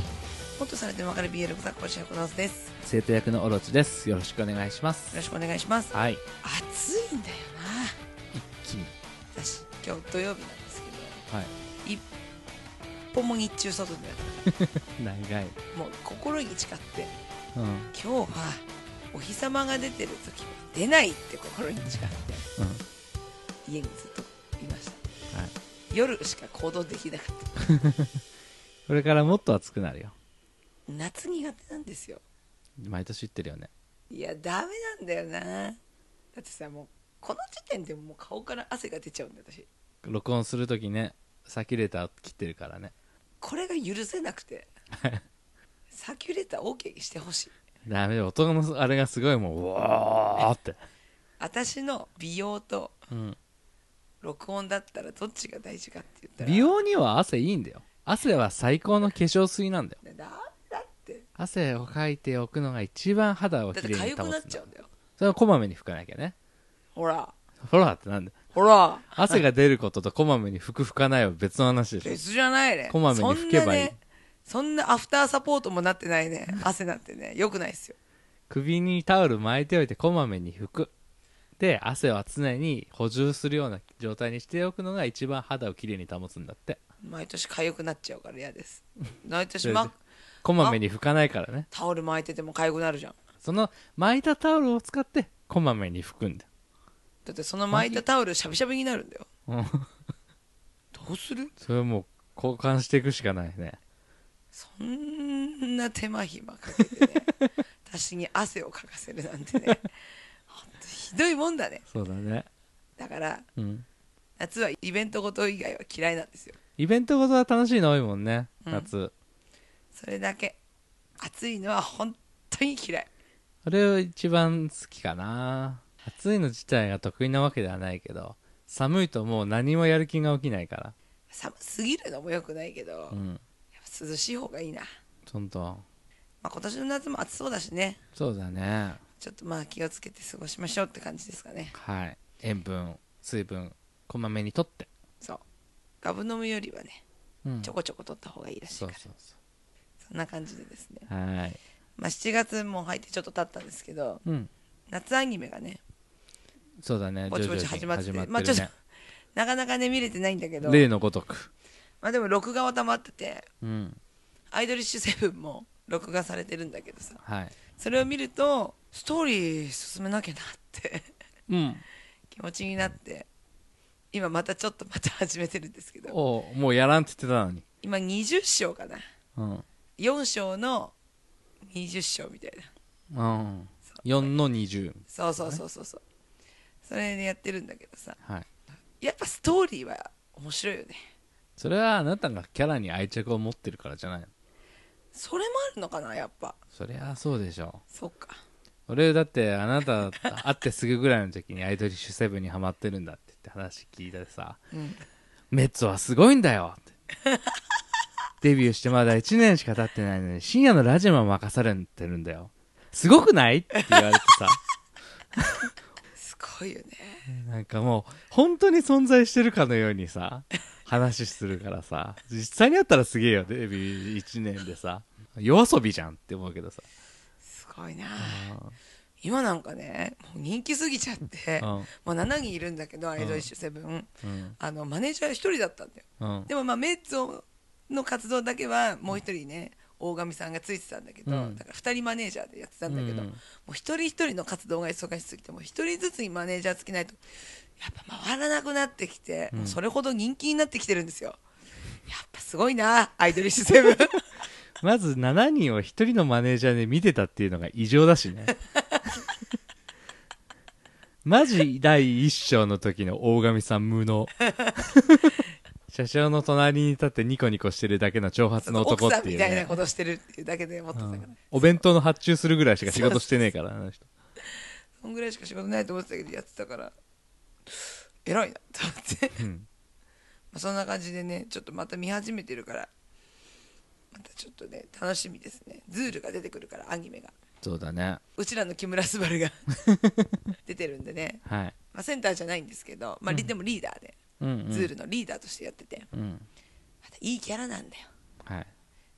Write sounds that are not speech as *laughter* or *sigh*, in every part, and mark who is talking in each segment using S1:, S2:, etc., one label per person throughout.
S1: ッとされてもわかる BL 小作講師役のズですよ
S2: 生徒役のオロチですよろしくお願いします
S1: ろしくお願いします
S2: はい
S1: 暑いんだよ
S2: 一気に
S1: な私今日土曜日なんですけど
S2: はい
S1: 一歩も日中外でやっ
S2: 長い
S1: たもう心に誓って
S2: うんうん
S1: 今日はお日様が出てる時は出ないって心に誓って家にずっといました
S2: はい
S1: 夜しか行動できなかった
S2: これからもっと暑くなるよ
S1: 夏苦手なんですよ
S2: 毎年言ってるよね
S1: いやダメなんだよなだってさもうこの時点でもう顔から汗が出ちゃうんだ私
S2: 録音するときねサキュレーター切ってるからね
S1: これが許せなくてサーキュレーター OK にしてほしい
S2: ダメ音のあれがすごいもううわーって
S1: 私の美容と
S2: *laughs* うん
S1: 録音だったらどっちが大事かって言ったら
S2: 美容には汗いいんだよ汗は最高の化粧水なんだよ
S1: ダメだって
S2: 汗をかいておくのが一番肌を
S1: だっ
S2: き
S1: て
S2: れいに保つ
S1: 痒
S2: んだ
S1: くなっちゃうんだよ
S2: それはこまめに拭かなきゃね
S1: ほら
S2: ほらってなんで
S1: ほら
S2: 汗が出ることとこまめに拭く拭かないは別の話で *laughs* しょ
S1: 別じゃないね
S2: こまめに拭けばい
S1: そんな
S2: い
S1: ねそんなアフターサポートもなってないね汗なんてねよくないですよ
S2: 首にタオル巻いておいてこまめに拭くで汗は常に補充するような状態にしておくのが一番肌をきれいに保つんだって
S1: 毎年痒くなっちゃうから嫌です毎年、
S2: そ
S1: ま
S2: れ、こまめに拭かないからね
S1: タオル巻いてても痒くなるじゃん
S2: その巻いたタオルを使ってこまめに拭くんだよ
S1: だってその巻いたタオルしゃびしゃびになるんだよ
S2: うん *laughs*
S1: どうする
S2: それはもう交換していくしかないね
S1: そんな手間暇かけてね私に汗をかかせるなんて
S2: *laughs*
S1: ねほんとひどいもんだね
S2: そうだね
S1: だから
S2: うん
S1: 夏はイベントごと以外は嫌いなんですよ
S2: イベントごとは楽しいの多いもんね
S1: うん
S2: 夏、
S1: それだけ暑いのは本当に嫌い
S2: あれを一番好きかな暑いの自体が得意なわけではないけど寒いともう何もやる気が起きないから
S1: 寒すぎるのも良くないけど、
S2: う
S1: やっ
S2: ん
S1: ぱ涼しい方がいいな、ま
S2: ほんと
S1: あ、今年の夏も暑そうだしね
S2: そうだね
S1: ちょっとまあ気をつけて過ごしましょうって感じですかね
S2: はい塩分水分こまめにとって、
S1: そうガブ飲むよりはね
S2: うん
S1: ちょこちょこ取った方がいいらしい
S2: そ
S1: か
S2: う
S1: ら、
S2: そうそ
S1: そんな感じでですね、
S2: うはい
S1: まあ、7月も入ってちょっと経ったんですけど
S2: うん
S1: 夏アニメがね
S2: そうだね
S1: ぼちぼち
S2: 徐々に
S1: 始まってて
S2: 始
S1: ま
S2: ま
S1: あ
S2: っ
S1: ちょ
S2: て
S1: っ
S2: る
S1: と *laughs*
S2: ね、
S1: なかなかね見れてないんだけど、
S2: 例のごとく
S1: まあ、でも録画は溜まってて
S2: うん
S1: アイドリッシュセブンも録画されてるんだけどさ
S2: はい
S1: それを見るとストーリー進めなきゃなって *laughs*
S2: うん
S1: 気持ちになって今またちょっとまた始めてるんですけど
S2: おうもうやらんって言ってたのに
S1: 今20章かな
S2: うん
S1: 4章の20章みたいな
S2: うん4の20
S1: そうそうそうそうそうそれでやってるんだけどさ
S2: はい
S1: やっぱストーリーは面白いよね
S2: それはあなたがキャラに愛着を持ってるからじゃないの
S1: それもあるのかなやっぱ
S2: そりゃそうでしょ
S1: そっか
S2: 俺だってあなた会ってすぐぐらいの時にアイドリッシュセブンにハマってるんだって言って話聞いたでさ
S1: うん
S2: メッツはすごいんだよってデビューしてまだ1年しか経ってないのに深夜のラジオも任されてるんだよすごくないって言われてさ
S1: すごいよね
S2: なんかもう本当に存在してるかのようにさ話するからさ実際に会ったらすげえよデビュー1年でさ夜遊びじゃんって思うけどさ
S1: すごいな今なんかねもう人気すぎちゃって
S2: うん
S1: もう7人いるんだけどアイドリッシュセブン
S2: うん
S1: あのマネージャー1人だったんだよ
S2: うん
S1: でもまあメッツの活動だけはもう1人ね大神さんがついてたんだけど、
S2: うん
S1: だから2人マネージャーでやってたんだけど、
S2: うん
S1: もう一人一人の活動が忙しすぎてもう一人ずつにマネージャーつけないとやっぱ回らなくなってきて、もうそれほど人気になってきてるんですよやっぱすごいなアイドリッシュセブン
S2: まず7人を1人のマネージャーで見てたっていうのが異常だしね。マジ第一章の時の大神さん無能。車掌の隣に立ってニコニコしてるだけの長髪の
S1: 奥
S2: 男っ
S1: さん
S2: てい
S1: み
S2: う、
S1: たいな
S2: ね。
S1: ことしてるっていうだけで思ってたから、
S2: うんお弁当の発注するぐらいしか仕事してねえから、あの人。
S1: そんぐらいしか仕事ないと思ってたけどやってたから偉いなと思って
S2: うん
S1: *laughs* まあそんな感じでねちょっとまた見始めてるからまたちょっとね楽しみですねズールが出てくるからアニメが
S2: そうだね。
S1: うちらの木村昴
S2: *laughs*
S1: が出てるんでね、
S2: はい。
S1: まあ、センターじゃないんですけど、まあ、リでもリーダーで、
S2: うん、うん。
S1: ズールのリーダーとしてやってて
S2: うん。
S1: またいいキャラなんだよ
S2: はい。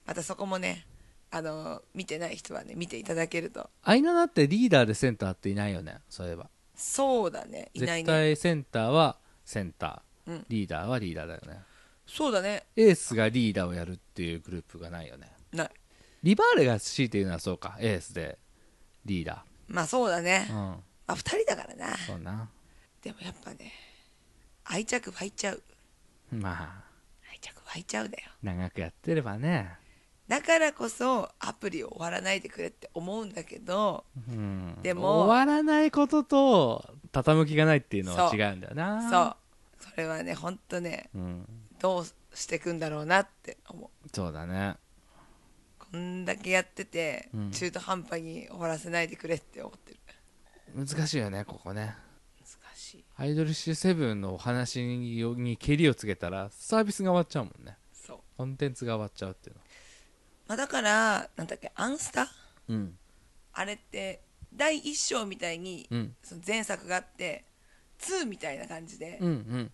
S1: またそこもねあの見てない人はね見ていただけると
S2: アイナナってリーダーでセンターっていないよねそういえば
S1: そうだねいないね
S2: 絶対センターはセンター、
S1: うん
S2: リーダーはリーダーだよね
S1: そうだね
S2: エースがリーダーをやるっていうグループがないよね
S1: ない
S2: リバーレが強いて言うのはそうかエースでリーダ
S1: まあそうだね、
S2: ーうん
S1: まあ2人だからな
S2: そうな
S1: でもやっぱね愛着湧いちゃう
S2: まあ
S1: 愛着湧いちゃうだよ
S2: 長くやってればね
S1: だからこそアプリを終わらないでくれって思うんだけど
S2: うん
S1: でも
S2: 終わらないことと傾きがないっていうのは
S1: そ
S2: 違
S1: う
S2: うんだよな
S1: そうそれはねほんとね
S2: うん、
S1: どうしてくんだろうなって思う
S2: そうだね
S1: こんだけやってて、
S2: うん
S1: 中途半端に終わらせないでくれって思ってる
S2: 難しいよねここね
S1: 難しい
S2: アイドルッシュセブンのお話ににけりをつけたらサービスが終わっちゃうもんね
S1: そう、
S2: コンテンツが終わっちゃうっていうの
S1: まあ、だからなんだっけアンスタ
S2: うん
S1: あれって第一章みたいに、
S2: うん
S1: その前作があって2みたいな感じで、
S2: うんうん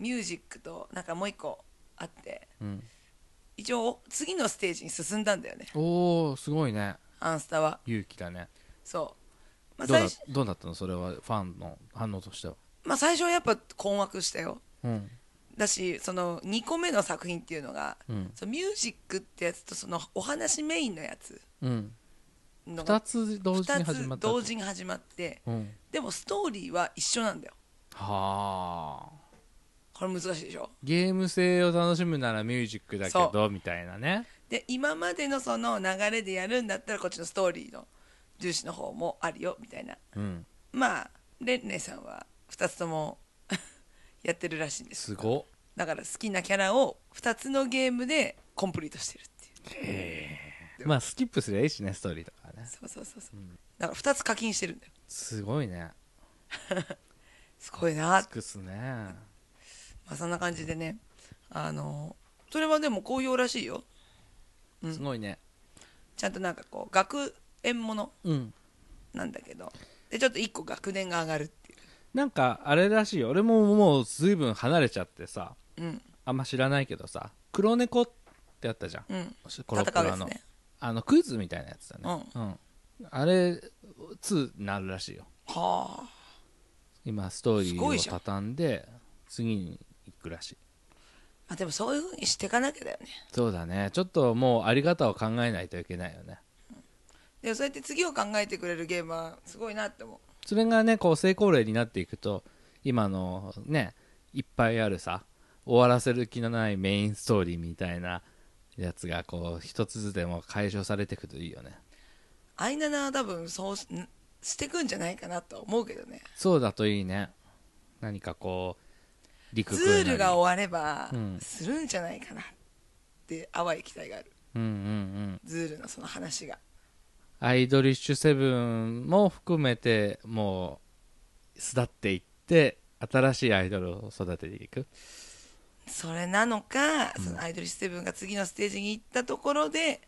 S1: ミュージックとなんかもう一個あって
S2: うん
S1: 一応次のステージに進んだんだよね
S2: おおすごいね
S1: アンスタは
S2: 勇気だね
S1: そう、まあ
S2: どうだ
S1: 最初
S2: どうだったのそれはファンの反応としては
S1: まあ、最初はやっぱ困惑したよ
S2: うん
S1: だしその2個目の作品っていうのが、
S2: うん
S1: そのミュージックってやつとそのお話メインのやつ
S2: うん
S1: の
S2: 2
S1: が
S2: つ同時に始ま
S1: 二
S2: っ
S1: つ
S2: た
S1: 同時に始まって
S2: うん
S1: でもストーリーは一緒なんだよ
S2: はあ
S1: これ難しいでしょ
S2: ゲーム性を楽しむならミュージックだけ
S1: そ
S2: どみたいなね
S1: で今までのその流れでやるんだったらこっちのストーリーの重視の方もあるよみたいな
S2: うん
S1: まあレンネさんは2つとも *laughs* やってるらしいんです
S2: すごっ
S1: だから好きなキャラを2つのゲームでコンプリートしてるっていう
S2: まあスキップすりゃいいしねストーリーとかね
S1: そうそうそうそう、だから2つ課金してるんだよ
S2: すごいね
S1: すごいな
S2: 尽くすね
S1: まあそんな感じでねあのそれはでも好評らしいよ
S2: すごいね
S1: ちゃんとなんかこう学園もの
S2: うん
S1: なんだけどでちょっと1個学年が上がるってい
S2: なんかあれらしいよ俺ももう随分離れちゃってさ
S1: ううん
S2: あんま知らないけどさ黒猫ってあったじゃん
S1: うん
S2: コロコロ
S1: 戦
S2: の、
S1: うやつね
S2: あのクイズみたいなやつだねうん、あれ2になるらしいよ
S1: はあ
S2: 今ストーリ
S1: す
S2: ーを
S1: ごいじゃん
S2: 畳んで次に行くらしい
S1: まあでもそういう風にしていかなきゃだよね
S2: そうだねちょっともうあり方を考えないといけないよね
S1: でもそうやって次を考えてくれるゲームはすごいなって思う
S2: それがねこう成功例になっていくと今のねいっぱいあるさ終わらせる気のないメインストーリーみたいなやつがこう一つずつでも解消されていくといいよね
S1: アイナナは多分そうしんしてくんじゃないかなとは思うけどね
S2: そうだといいね何かこう陸
S1: ツールが終われば
S2: うん
S1: するんじゃないかなって淡い期待がある
S2: うんうんうん
S1: ズールのその話が
S2: アイドリッシュセブンも含めてもう巣立っていって新しいアイドルを育てていく
S1: それなのか、そのアイドルセブンが次のステージに行ったところで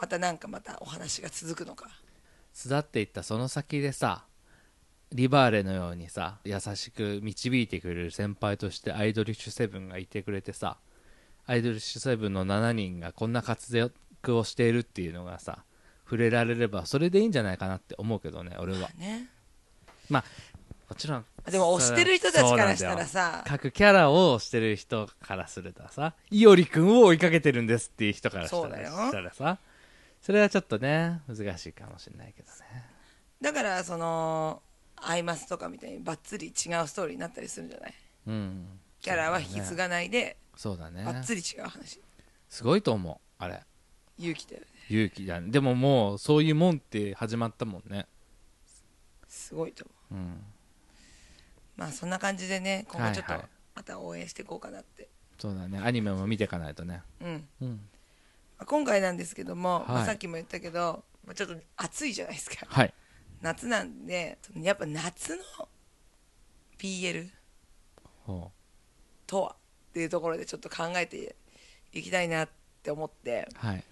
S1: またなんかまたお話が続くのか
S2: 巣立っていったその先でさリバーレのようにさ優しく導いてくれる先輩としてアイドリッシュセブンがいてくれてさアイドリッシュセブンの7人がこんな活躍をしているっていうのがさ触れられればそれでいいんじゃないかなって思うけどね俺は
S1: ね
S2: まあもちろん
S1: でも推してる人たちからしたらさ
S2: そうなんだよ各キャラを推してる人からするとさいおりくんを追いかけてるんですっていう人からした
S1: そうだ
S2: ら
S1: よ
S2: したらさそれはちょっとね難しいかもしれないけどね
S1: だからそのアイマスとかみたいにバッツリ違うストーリーになったりするんじゃない
S2: うん
S1: キャラは引き継がないで、
S2: そうだね
S1: バッツリ違う話
S2: すごいと思うあれ
S1: 勇気だよね
S2: 勇気だねでももうそういうもんって始まったもんね
S1: すごいと思う
S2: うん
S1: まあそんな感じでね今後ちょっと
S2: はいはい
S1: また応援していこうかなって、
S2: そうだねアニメも見ていかないとね
S1: うん
S2: うん
S1: まあ今回なんですけども、まあ
S2: はい
S1: さっきも言ったけど、まあ、ちょっと暑いじゃないですか
S2: はい
S1: 夏なんでやっぱ夏の BL
S2: ほ
S1: とはっていうところでちょっと考えていきたいなって思って
S2: うはい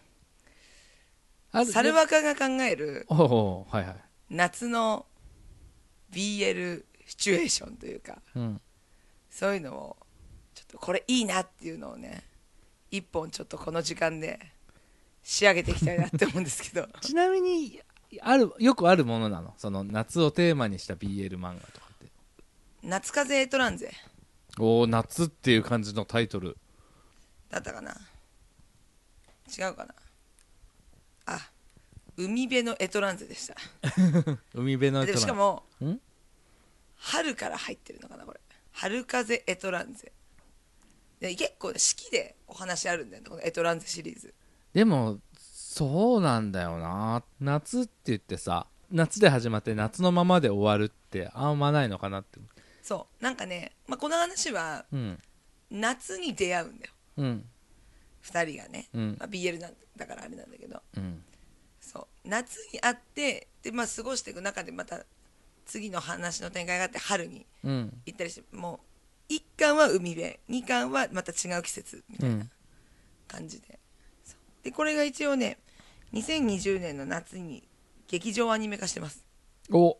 S2: あ
S1: サルバカが考える
S2: おおはいはい
S1: 夏の BL シチュエーションというか
S2: うん
S1: そういうのをちょっとこれいいなっていうのをね一本ちょっとこの時間で仕上げていきたいなって思うんです *laughs* けど
S2: ちなみにあるよくあるものなのその夏をテーマにした BL 漫画とかって
S1: 夏風エトランゼ
S2: おお夏っていう感じのタイトル
S1: だったかな違うかなあ海辺のエトランゼでした
S2: 海辺の
S1: でしか
S2: も
S1: も
S2: ん
S1: 春から入ってるのかなこれ春風エトランゼで結構ね四季でお話あるんだよねこのエトランゼシリーズ
S2: でもそうなんだよな夏って言ってさ夏で始まって夏のままで終わるってあんまないのかなって
S1: そうなんかね、まあ、この話は
S2: うん
S1: 夏に出会うんだよ
S2: うん
S1: 2人がね、
S2: うん
S1: まあ、BL なんだからあれなんだけど
S2: うん
S1: そう夏に会ってで、まあ、過ごしていく中でまた次の話の展開があって春に
S2: うん
S1: 行ったりしてもう1巻は海辺2巻はまた違う季節みた
S2: う
S1: いなん感じでそうでこれが一応ね2020年の夏に劇場アニメ化してます
S2: お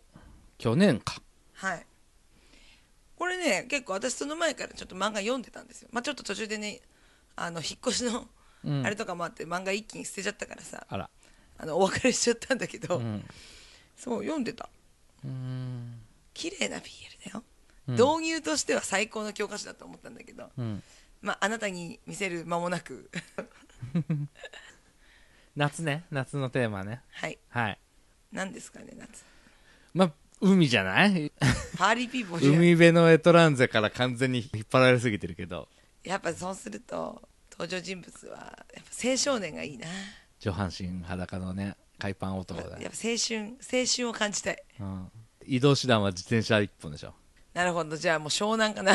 S2: 去年か
S1: はいこれね結構私その前からちょっと漫画読んでたんですよまあちょっと途中でねあの引っ越しの
S2: うん
S1: あれとかもあって漫画一気に捨てちゃったからさ
S2: あら
S1: あのお別れしちゃったんだけど、
S2: うん
S1: そう読んでた
S2: うん
S1: 綺麗な BL だよ、
S2: うん
S1: 導入としては最高の教科書だと思ったんだけど、
S2: うん
S1: まあ、あなたに見せる間もなく *laughs*
S2: 夏ね夏のテーマね
S1: はい
S2: はい
S1: 何ですかね
S2: *laughs*
S1: 夏
S2: まあ海じゃない
S1: パーリーピーポーじゃん
S2: 海辺のエトランゼから完全に引っ張られすぎてるけど
S1: やっぱそうすると登場人物はやっぱ青少年がいいな
S2: 上半身裸のね海パン男だ
S1: やっぱ青春青春を感じたい
S2: うん移動手段は自転車一本でしょ
S1: なるほどじゃあもう湘南かな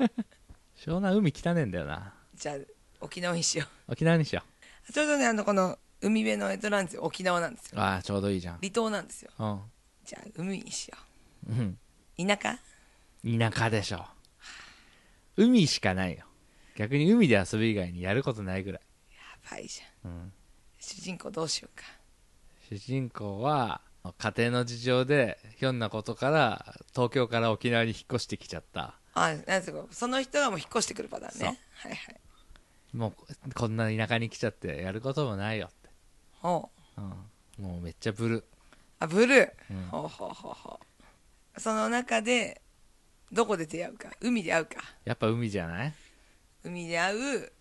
S1: *laughs*
S2: 湘南海汚ねえんだよな
S1: じゃあ沖縄にしよ
S2: 沖縄にしよ
S1: うちょうどねあのこの海辺のエトランズ沖縄なんですよ
S2: うああちょうどいいじゃん
S1: 離島なんですよ
S2: う
S1: じゃあ海にしよ
S2: ん
S1: う田舎
S2: うん田舎でしょ海しかないよ逆に海で遊ぶ以外にやることないぐらい、
S1: やばいじゃん
S2: うん、
S1: 主人公どうしようか
S2: 主人公は家庭の事情でひょんなことから東京から沖縄に引っ越してきちゃった
S1: あなんですかその人がもう引っ越してくるパターン
S2: そう
S1: ねはいはい
S2: もうここんな田舎に来ちゃってやることもないよって、
S1: ほう
S2: うん、もうめっちゃブル
S1: あブルー、
S2: うん
S1: ほうほうほうほうその中でどこで出会うか海で会うか
S2: やっぱ海じゃない
S1: 海で会う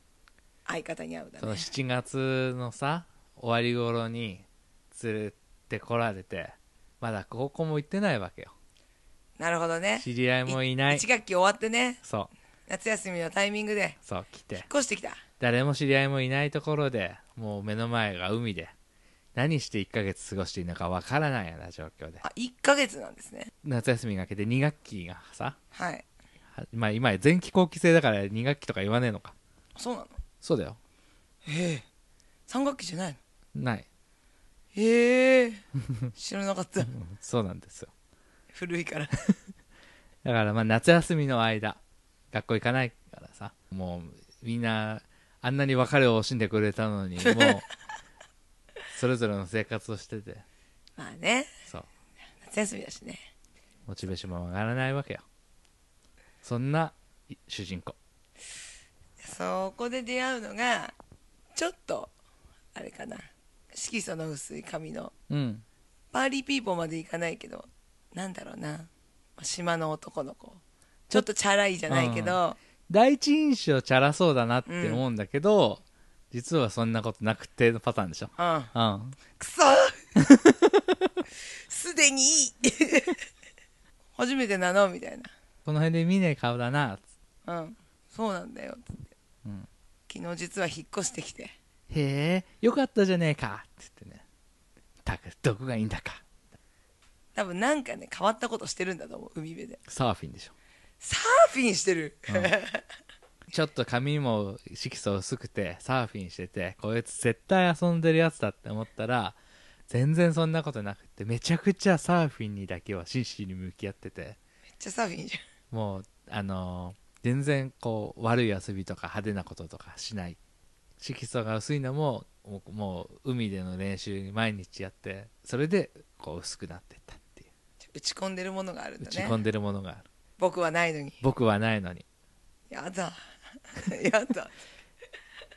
S1: 相方に会うだ
S2: その
S1: ね
S2: 7月のさ終わり頃に連れてこられてまだ高校も行ってないわけよ
S1: なるほどね
S2: 知り合いもいない
S1: 1学期終わってね
S2: そう
S1: 夏休みのタイミングで
S2: そう来
S1: 引って越してきた
S2: 誰も知り合いもいないところでもう目の前が海で何して1ヶ月過ごしていいのかわからないような状況で
S1: あ1ヶ月なんですね
S2: 夏休みが明けて2学期がさ
S1: はい
S2: はまあ今前期後期生だから2学期とか言わねえのか
S1: そうなの
S2: そうだよ
S1: へえ3学期じゃないの
S2: ない
S1: へえ知らなかった
S2: うんそうなんですよ
S1: 古いから
S2: だからまあ夏休みの間学校行かないからさもうみんなあんなに別れを惜しんでくれたの *laughs* にもうそれぞれの生活をしてて
S1: まあね
S2: そう
S1: 夏休みだしね
S2: モチベーションも上がらないわけよそんない主人公
S1: そこで出会うのがちょっとあれかな色素の薄い髪の
S2: うん
S1: パーリーピーポーまでいかないけどなんだろうなまあ島の男の子ちょっとチャラいじゃないけど、
S2: 第一印象チャラそうだなって思うんだけど、実はそんなことなくてのパターンでしょ
S1: うん
S2: うん
S1: くそ *laughs* すでにいい *laughs* 初めてなのみたい
S2: この辺で見ねえ顔だな
S1: なうんそうなんだよつって、
S2: うん
S1: 昨日実は引っ越してきて
S2: へえよかったじゃねえかって言ってねったくどこがいいんだか
S1: 多分なんかね変わったことしてるんだと思う海辺で
S2: サーフィンでしょ
S1: サーフィンしてる、
S2: ちょっと髪も色素薄くてサーフィンしててこいつ絶対遊んでるやつだって思ったら全然そんなことなくてめちゃくちゃサーフィンにだけは真摯に向き合ってて
S1: めっちゃサーフィンじ
S2: もうあのー全然こう悪い遊びとか派手なこととかしない色素が薄いのももうもう海での練習毎日やってそれでこう薄くなってったっていう
S1: ゃん打ち込んでるものがあるん
S2: 打
S1: だ
S2: ち込ん
S1: ね
S2: でるものがある
S1: 僕はないのに *laughs*
S2: 僕はないのに
S1: やだやだ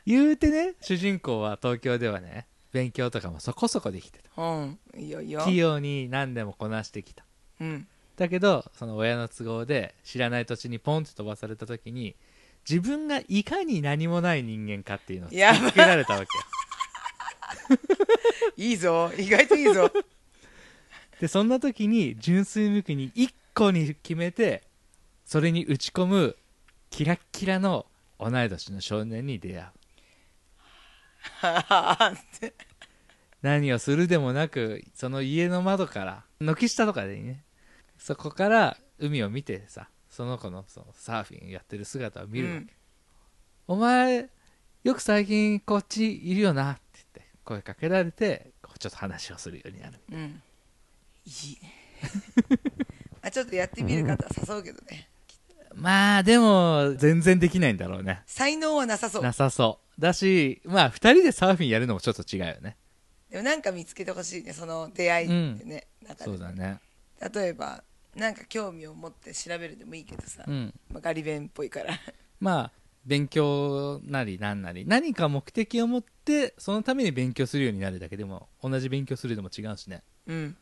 S2: 言うてね主人公は東京ではね勉強とかもそこそこできて
S1: うんいいよいい
S2: た
S1: よ
S2: 器用に何でもこなしてきた
S1: うん
S2: だけどその親の都合で知らない土地にポンって飛ばされた時に自分がいかに何もない人間かっていうのを
S1: やば
S2: 突きつけられたわけよ
S1: いいぞ意外といいぞ
S2: でそんな時に純粋無垢に一個に決めてそれに打ち込むキラッキラの同い年の少年に出会う何をするでもなくその家の窓から軒下とかでいいねそこから海を見てさその子のそのサーフィンやってる姿を見るわけ、
S1: うん
S2: お前よく最近こっちいるよなって言って声かけられてこうちょっと話をするようになる
S1: うんいい
S2: *laughs*
S1: ねまあちょっとやってみる方は誘うけどね
S2: まあでも全然できないんだろうね
S1: 才能はなさそう
S2: なさそうだしまあ2人でサーフィンやるのもちょっと違うよね
S1: でもなんか見つけてほしいねその出会いってね、なんか
S2: そうだね
S1: 例えばなんか興味を持って調べるでもいいけどさ、
S2: うん
S1: まあ、ガリ弁っぽいから
S2: まあ勉強なりなんなり何か目的を持ってそのために勉強するようになるだけでも同じ勉強するでも違うしね
S1: うん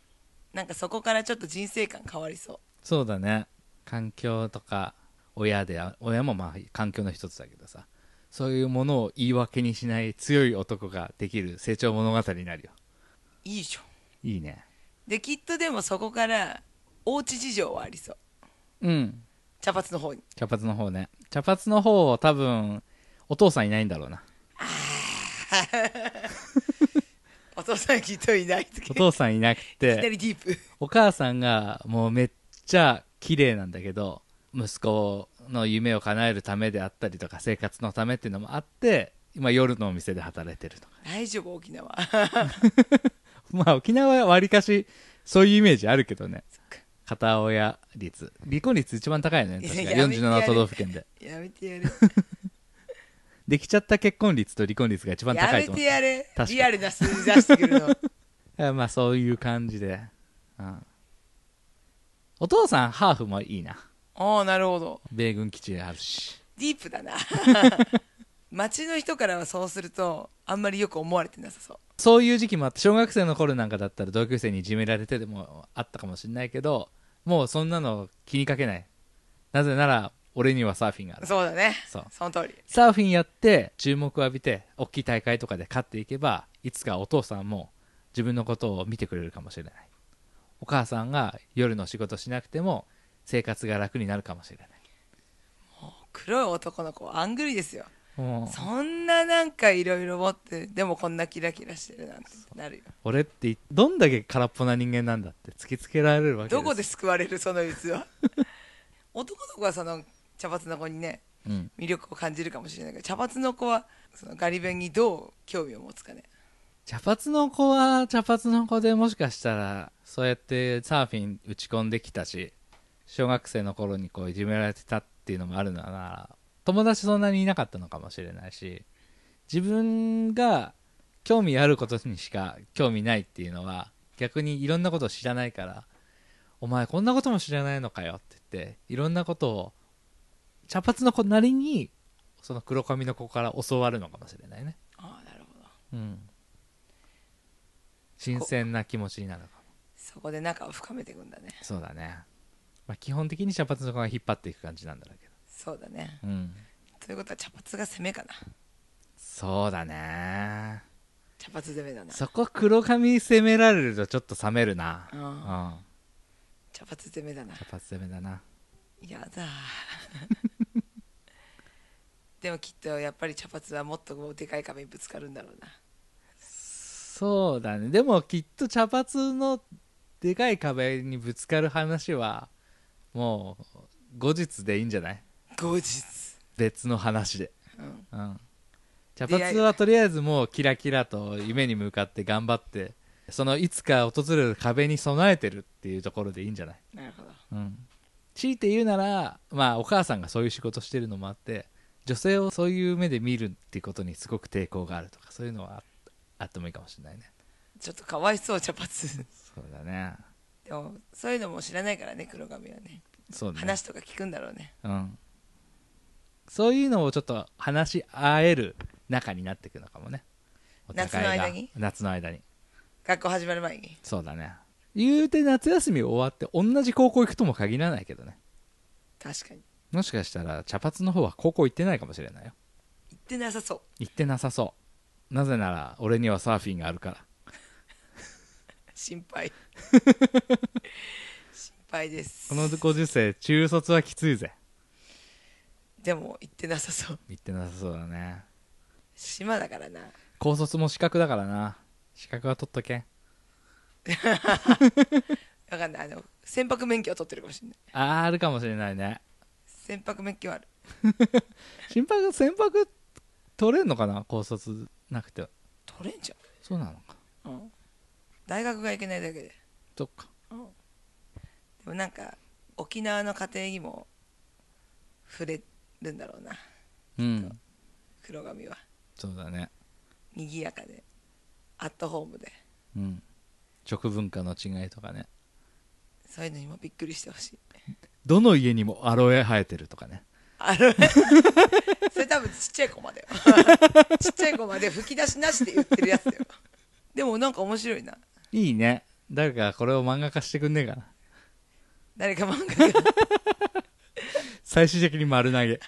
S1: なんかそこからちょっと人生観変わりそう
S2: そうだね環境とか親であ親もまあ環境の一つだけどさそういうものを言い訳にしない強い男ができる成長物語になるよ
S1: いいじゃん
S2: いいね
S1: できっとでもそこからおうち事情はありそう
S2: うん
S1: 茶髪の方に
S2: 茶髪の方ね茶髪の方を多分お父さんいないんだ *laughs* ろうな
S1: お父さんきっといない時
S2: お
S1: い
S2: 父さんいなく
S1: きな
S2: て
S1: りディープ
S2: お母さんがもうめっちゃ綺麗なんだけど息子の夢を叶えるためであったりとか生活のためっていうのもあって今夜のお店で働いてるとか
S1: 大丈夫沖縄 *laughs*
S2: *laughs* まあ沖縄はわりかしそういうイメージあるけどね片親率離婚率一番高いよね確か
S1: いややめてやれ
S2: 47都道府県で
S1: やめてやれ
S2: できちゃった結婚率と離婚率が一番
S1: や
S2: 高い
S1: め
S2: と思
S1: て
S2: う
S1: やれ
S2: 確か
S1: リアルな数字出してくるの
S2: えまあそういう感じで、うん、お父さんハーフもいいな
S1: ああなるほど
S2: 米軍基地あるし
S1: ディープだな *laughs* 街の人からはそうするとあんまりよく思われてなさそう
S2: そういう時期もあって小学生の頃なんかだったら同級生にいじめられてでもあったかもしれないけどもうそんなの気にかけないなぜなら俺にはサーフィンがある
S1: そうだね
S2: そう
S1: その通り
S2: サーフィンやって注目を浴びて大きい大会とかで勝っていけばいつかお父さんも自分のことを見てくれるかもしれないお母さんが夜の仕事しなくても生活が楽になるかもしれない
S1: 黒い男の子はアングリですよ
S2: もう
S1: そんななんかいろいろ持ってでもこんなキラキラしてるなんてなるよ
S2: 俺ってどんだけ空っぽな人間なんだって突きつけられるわけで
S1: ど
S2: す
S1: こで救われるその器 *laughs* 男の子はその茶髪の子にね
S2: うん、
S1: 魅力を感じるかもしれないけど茶髪の子はそのガリ弁にどう興味を持つかね
S2: 茶髪の子は茶髪の子でもしかしたらそうやってサーフィン打ち込んできたし小学生の頃にこういじめられてたっていうのもあるなら友達そんなにいなかったのかもしれないし自分が興味あることにしか興味ないっていうのは逆にいろんなことを知らないからお前こんなことも知らないのかよって言っていろんなことを茶髪の子なりにその黒髪の子から教わるのかもしれないね
S1: ああなるほど
S2: うん、新鮮な気持ちになるかも
S1: そこで仲を深めていくんだね
S2: そうだね、まあ、基本的に茶髪の子が引っ張っていく感じなんだろうけ
S1: そうだね
S2: ど、うん、
S1: ということは茶髪が攻めかな
S2: そうだね
S1: 茶髪攻めだな
S2: そこ黒髪攻められるとちょっと冷めるな、
S1: うん
S2: うん、
S1: 茶髪攻めだな
S2: 茶髪攻めだな
S1: やだ *laughs* でもきっとやっぱり茶髪はもっとでかい壁にぶつかるんだろうな
S2: そうだねでもきっと茶髪のでかい壁にぶつかる話はもう後日でいいんじゃない
S1: 後日
S2: 別の話で
S1: うん
S2: うん、茶
S1: 出会い
S2: 髪はとりあえずもうキラキラと夢に向かって頑張ってそのいつか訪れる壁に備えてるっていうところでいいんじゃない、
S1: なるほど
S2: うん、強いて言うならまあお母さんがそういう仕事してるのもあって女性をそういう目で見るっていうことにすごく抵抗があるとかそういうのはああってもいいかもしれないね
S1: ちょっとかわいそう茶髪
S2: そうだね
S1: でもそういうのも知らないからね黒髪はね
S2: そうだね
S1: 話とか聞くんだろうね
S2: うん、そういうのをちょっと話し合える仲になっていくのかもねお
S1: 夏の
S2: 互いが
S1: 間に
S2: 夏の間に
S1: 学校始まる前に
S2: そうだね言うて夏休み終わって同じ高校行くとも限らないけどね
S1: 確かに
S2: もしかしたら茶髪の方は高校行ってないかもしれないよ
S1: 行ってなさそう
S2: 行ってなさそうなぜなら俺にはサーフィンがあるから
S1: 心
S2: *laughs*
S1: 配心配です
S2: このご時世中卒はきついぜ
S1: でも行ってなさそう
S2: 行ってなさそうだね
S1: 島だからな
S2: 高卒も資格だからな資格は取っとけ
S1: 分かんないあの船舶免許は取ってるかもしれない
S2: あーあるかもしれないね
S1: 船舶免許はある
S2: 心拍船舶取れんのかな高卒なくて
S1: 取れんじ
S2: そうなのか
S1: ゃん、うん、大学が行けないだけで
S2: そっか
S1: でもなんか沖縄の家庭にも触れるんだろうな
S2: うん
S1: 黒髪は
S2: そうだね
S1: 賑やかでアットホームで
S2: うん食文化の違いとかね
S1: そういうのにもびっくりしてほしい
S2: どの家にもアロエ生えてるとかね
S1: あの *laughs* それ多分ちっちゃい子までよ *laughs* ちっちゃい子まで吹き出しなしで言ってるやつだよでもなんか面白いない
S2: いね誰かこれを漫画化してくんねえかな
S1: 誰か漫画が
S2: 最終的に丸投 *laughs* げ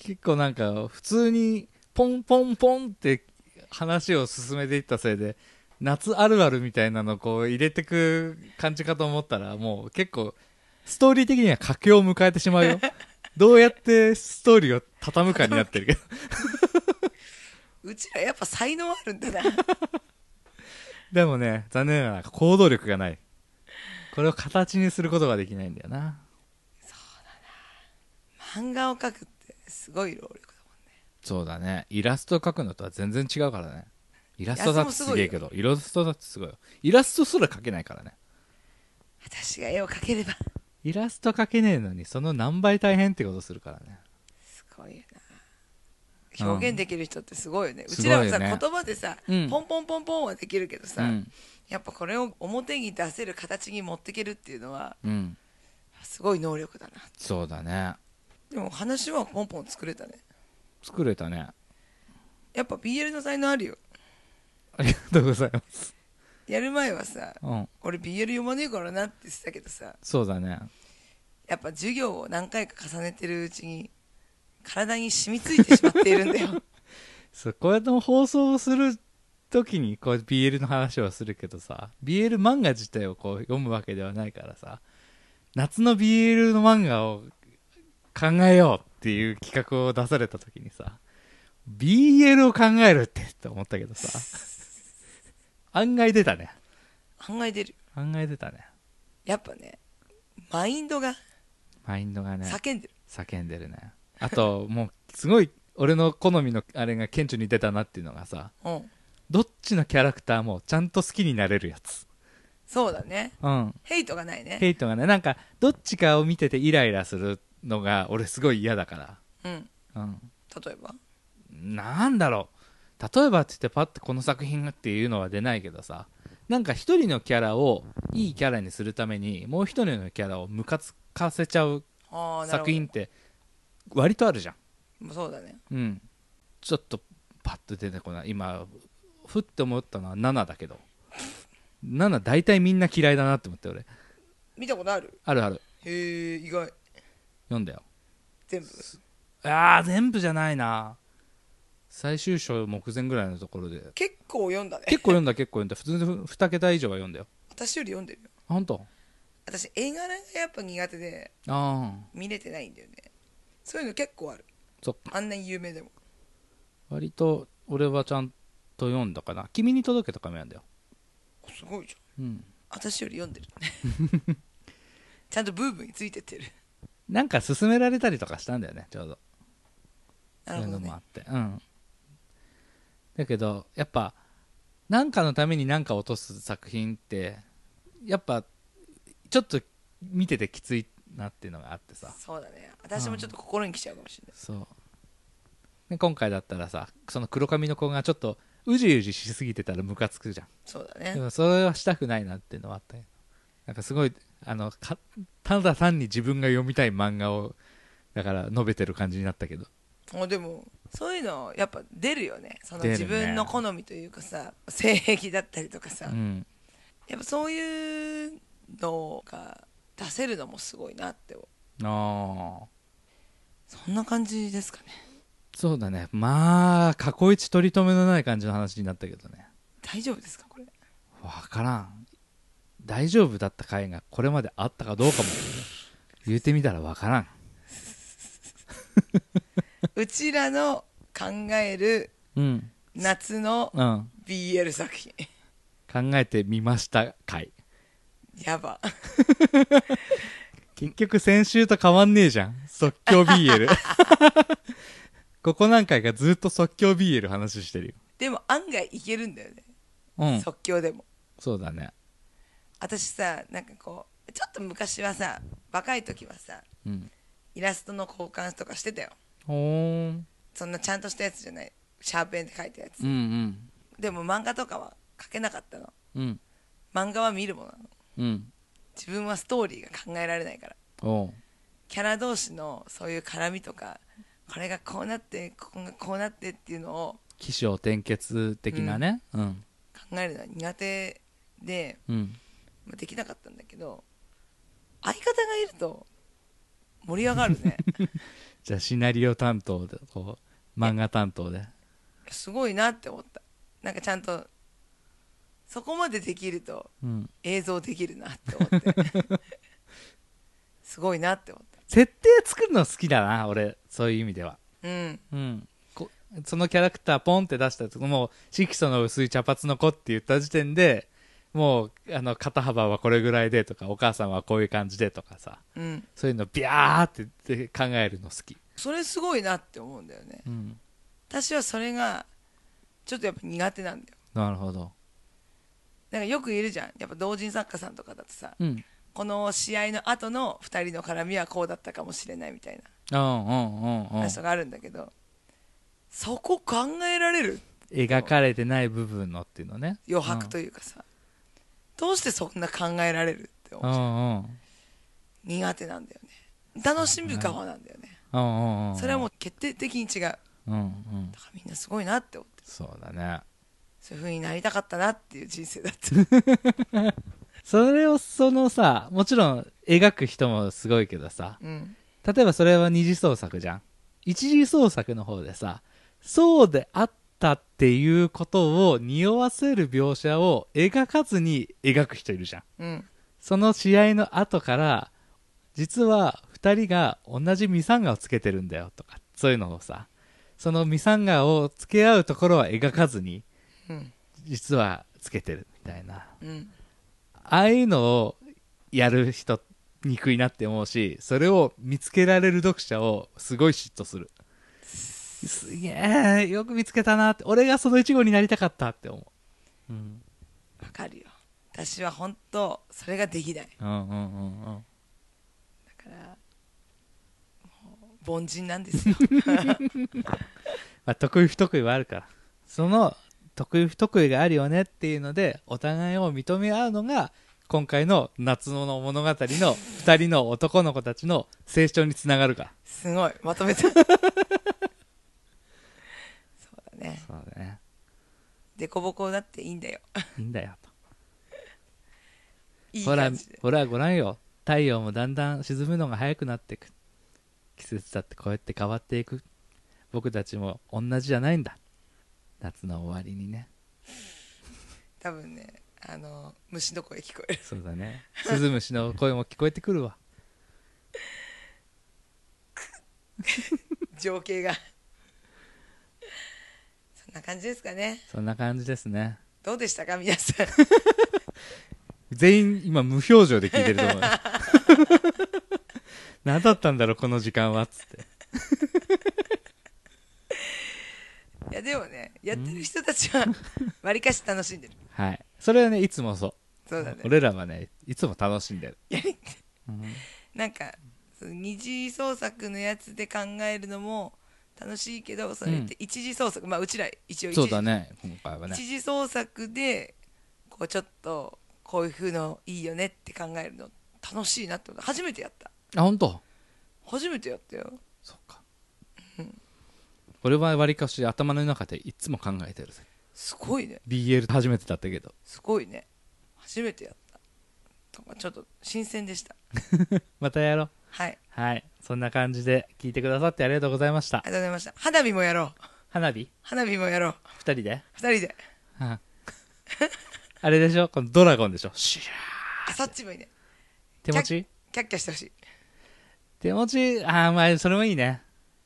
S2: 結構なんか普通にポンポンポンって話を進めていったせいで夏あるあるみたいなのこう入れてく感じかと思ったらもう結構ストーリー的には佳境を迎えてしまう *laughs* よどうやってストーリーを畳むかになってるけ *laughs* ど
S1: うちらやっぱ才能あるんだな
S2: でもね残念ながら行動力がないこれを形にすることができないんだよな
S1: 漫画を描くってすごい労力だもんね
S2: そうだねイラスト描くのとは全然違うからねイラス
S1: ス
S2: ト
S1: ト
S2: だ
S1: だっ
S2: っ
S1: てて
S2: す
S1: す
S2: げ
S1: げ
S2: え
S1: え
S2: け
S1: け
S2: どイラストだってすごいよイラストすら描けないからね
S1: 私が絵を描ければ
S2: イラスト描けねえのにその何倍大変ってことするからね
S1: すごいよな表現できる人ってすごいよね、
S2: うん
S1: うちらは
S2: すご
S1: さ、
S2: いよね
S1: 言葉でさ、
S2: うん
S1: ポンポンポンポンはできるけどさ、
S2: うん
S1: やっぱこれを表に出せる形に持ってけるっていうのは
S2: うん
S1: すごい能力だな
S2: そうだね
S1: でも話はポンポン作れたね
S2: 作れたね
S1: やっぱ BL の才能あるよ
S2: ありがとうございます
S1: やる前はさ
S2: うん
S1: 俺 BL 読まねえからなって言ってたけどさ
S2: そうだね
S1: やっぱ授業を何回か重ねてるうちに体に染みついてしまっているんだ
S2: *laughs*
S1: よ
S2: そうこうやって放送をする時にこう BL の話はするけどさ BL 漫画自体をこう読むわけではないからさ夏の BL の漫画を考えようっていう企画を出された時にさ BL を考えるってって思ったけどさ案外出たね
S1: 案外出る
S2: 案外出たね
S1: やっぱねマインドが
S2: マインドがね
S1: 叫んでる、
S2: 叫んでるねあともうすごい俺の好みのあれが顕著に出たなっていうのがさ
S1: うん
S2: どっちのキャラクターもちゃんと好きになれるやつ
S1: そうだね
S2: うん
S1: ヘイトがないね
S2: ヘイトがねなんかどっちかを見ててイライラするのが俺すごい嫌だか
S1: うん
S2: らうん
S1: 例えば
S2: なんだろう例えばって言ってパッてこの作品がっていうのは出ないけどさなんか一人のキャラをいいキャラにするためにもう一人のキャラをムカつかせちゃう
S1: ああなるほど
S2: 作品って割とあるじゃん
S1: もうそうだね
S2: うんちょっとパッと出てこない今ふって思ったのは7だけど7大体みんな嫌いだなって思って俺
S1: 見たことある
S2: あるある
S1: へえ意外
S2: 読んだよ
S1: 全部
S2: あー全部じゃないな最終章目前ぐらいのところで
S1: 結構読んだね
S2: 結構読んだ結構読んだ普通に2桁以上は読んだよ
S1: 私より読んでるよ
S2: あ本当
S1: 私絵柄がやっぱ苦手で
S2: ああ
S1: 見れてないんだよねそういうの結構ある
S2: そっか
S1: あんなに有名でも
S2: 割と俺はちゃんと読んだかな「君に届け」とかも読んだよ、
S1: すごいじゃん
S2: うん、
S1: 私より読んでる
S2: *laughs*
S1: ちゃんとブーブーについてってる
S2: なんか勧められたりとかしたんだよねちょうど
S1: な
S2: そ
S1: る
S2: ういう
S1: ほど
S2: の
S1: ね
S2: もあって、うんだけどやっぱ何かのために何か落とす作品ってやっぱちょっと見ててきついなっていうのがあってさ
S1: そうだね私もちょっと心に来ちゃうかもしれない
S2: そうで今回だったらさその黒髪の子がちょっとうじうじしすぎてたらムカつくじゃん
S1: そうだ
S2: で
S1: ね
S2: もそれはしたくないなっていうのはあったけどなんかすごいあのかただ単に自分が読みたい漫画をだから述べてる感じになったけど
S1: もうでもそういうのやっぱ出るよねその
S2: 出るね
S1: 自分の好みというかさ、性癖だったりとかさ、
S2: うん
S1: やっぱそういうのが出せるのもすごいなって
S2: ああ
S1: そんな感じですかね
S2: そうだねまあ過去一取り留めのない感じの話になったけどね
S1: 大丈夫ですかこれ
S2: わからん大丈夫だった回がこれまであったかどうかも言うてみたらわからん
S1: うちらの考える
S2: うん
S1: 夏の
S2: うん
S1: BL 作品
S2: 考えてみました回
S1: やば
S2: 結局先週と変わんねえじゃん即興 *laughs* BL ここ何回かずっと即興 BL 話してるよ
S1: でも案外いけるんだよね、
S2: うん
S1: 即興でも
S2: そうだね
S1: 私さなんかこうちょっと昔はさ若い時はさ
S2: うん
S1: イラストの交換とかしてたよ
S2: ほーん
S1: そんなちゃんとしたやつじゃないシャーペンで描いたやつ、
S2: うんうん
S1: でも漫画とかは描けなかったの
S2: うん
S1: 漫画は見るものなの
S2: うん
S1: 自分はストーリーが考えられないから
S2: おう
S1: キャラ同士のそういう絡みとかこれがこうなってここがこうなってっていうのを
S2: 起承転結的なねうん
S1: 考えるのは苦手で、
S2: うん
S1: まあできなかったんだけど相方がいると盛り上がるね
S2: じゃあシナリオ担当でこう漫画担当です
S1: ごいなって思ったなんかちゃんとそこまでできると
S2: うん
S1: 映像できるなって思ってすごいなって思っ
S2: 設定作るの好きだな俺そういう意味では
S1: たうん
S2: うんこそのキャラクターポンって出したともう色素の薄い茶髪の子って言った時点でもうあの肩幅はこれぐらいでとかお母さんはこういう感じでとかさ
S1: うん
S2: そういうのビャーってって考えるの好き
S1: それすごいなって思うんだよね
S2: うん
S1: 私はそれがちょっとやっぱ苦手なんだよ
S2: なるほど
S1: なんかよくいるじゃんやっぱ同人作家さんとかだとさ
S2: うん
S1: この試合の後の2人の絡みはこうだったかもしれないみたいな
S2: うんうんうんうん
S1: 話とかあるんだけどそこ考えられる
S2: 描かれてない部分のっていうのね
S1: 余白というかさ、どうしてそんな考えられるって
S2: う
S1: 思
S2: ん
S1: う
S2: うんうん
S1: 苦手なんだよね楽しむ側なんだよね
S2: うんうんうん
S1: それはもう決定的に違うだか
S2: うんうん
S1: らみんなすごいなって思って
S2: そうだね
S1: そういう風になりたかったなっていう人生だった
S2: *laughs* それをそのさもちろん描く人もすごいけどさ
S1: うん
S2: 例えばそれは二次創作じゃん一次創作の方でさそうであったっていうことを匂わせる描写を描かずに描く人いるじゃん
S1: うん
S2: その試合の後から実は2人が同じミサンガをつけてるんだよとかそういうのをさそのミサンガをつけ合うところは描かずに
S1: うん
S2: 実はつけてるみたいな
S1: うん
S2: ああいうのをやる人憎いなって思うしそれを見つけられる読者をすごい嫉妬するすげえよく見つけたなって俺がその一号になりたかったって思う、うん、
S1: わかるよ私は本当それができない
S2: うんうんうんうん
S1: だからもう凡人なんですよ
S2: まあ、得意不得意はあるからその得意不得意があるよねっていうのでお互いを認め合うのが今回の夏の物語の2人の男の子たちの成長につながるから
S1: すごいまとめたそうだね
S2: そうだね
S1: 凸凹だっていいんだよ
S2: いいんだよと
S1: いい
S2: ほら
S1: 感じで
S2: ほらご覧よ太陽もだんだん沈むのが早くなっていく季節だってこうやって変わっていく僕たちも同じじゃないんだ夏の終わりにね
S1: 多分ねあの虫の声聞こえる *laughs*
S2: そうだねスズムシの声も聞こえてくるわ
S1: 情景がそんな感じですかね
S2: そんな感じですね
S1: どうでしたか皆さん
S2: 全員今無表情で聞いてると思う *laughs* 何だったんだろうこの時間はっつって
S1: いやでもねやってる人たちはわりかし楽しんでる
S2: はいそれはねいつもそう
S1: そうだね
S2: 俺らはねいつも楽しんでる
S1: やり
S2: うん
S1: なんかその二次創作のやつで考えるのも楽しいけどそれって一次創作、まあうちら一応一
S2: そう
S1: 次,、
S2: だね今回はね
S1: 一次創作でこうちょっとこういう風のいいよねって考えるの楽しいなってこと初めてやった
S2: あ本当
S1: 初めてやったよ
S2: そうか俺はわりかし頭の中でいつも考えてるぜ
S1: すごいね
S2: BL 初めてだったけど
S1: すごいね初めてやったとかちょっと新鮮でした
S2: またやろう
S1: はい
S2: はいそんな感じで聞いてくださってありがとうございまし
S1: あ
S2: た
S1: りがとうございました花火もやろう
S2: 花火
S1: 花火もやろう
S2: 二人で
S1: 二人で
S2: うん *laughs* あれでしょこのドラゴンでしょシュー
S1: あそっちもいいね
S2: 手持ち
S1: キャッキャしてほしい
S2: 手持ちあーまあそれもいいね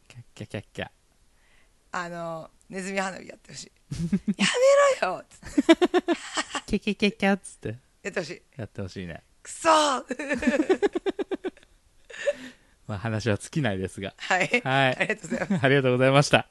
S2: キャッキャキャッキャ
S1: あのネズミ花火やってほしいやめろよつって
S2: キャキャキャキャっつって
S1: やってほしい
S2: やってほしいね
S1: く *laughs* そー
S2: まあ話は尽きないですが
S1: はい、
S2: はい
S1: ありがとうございます
S2: *laughs* ありがとうございました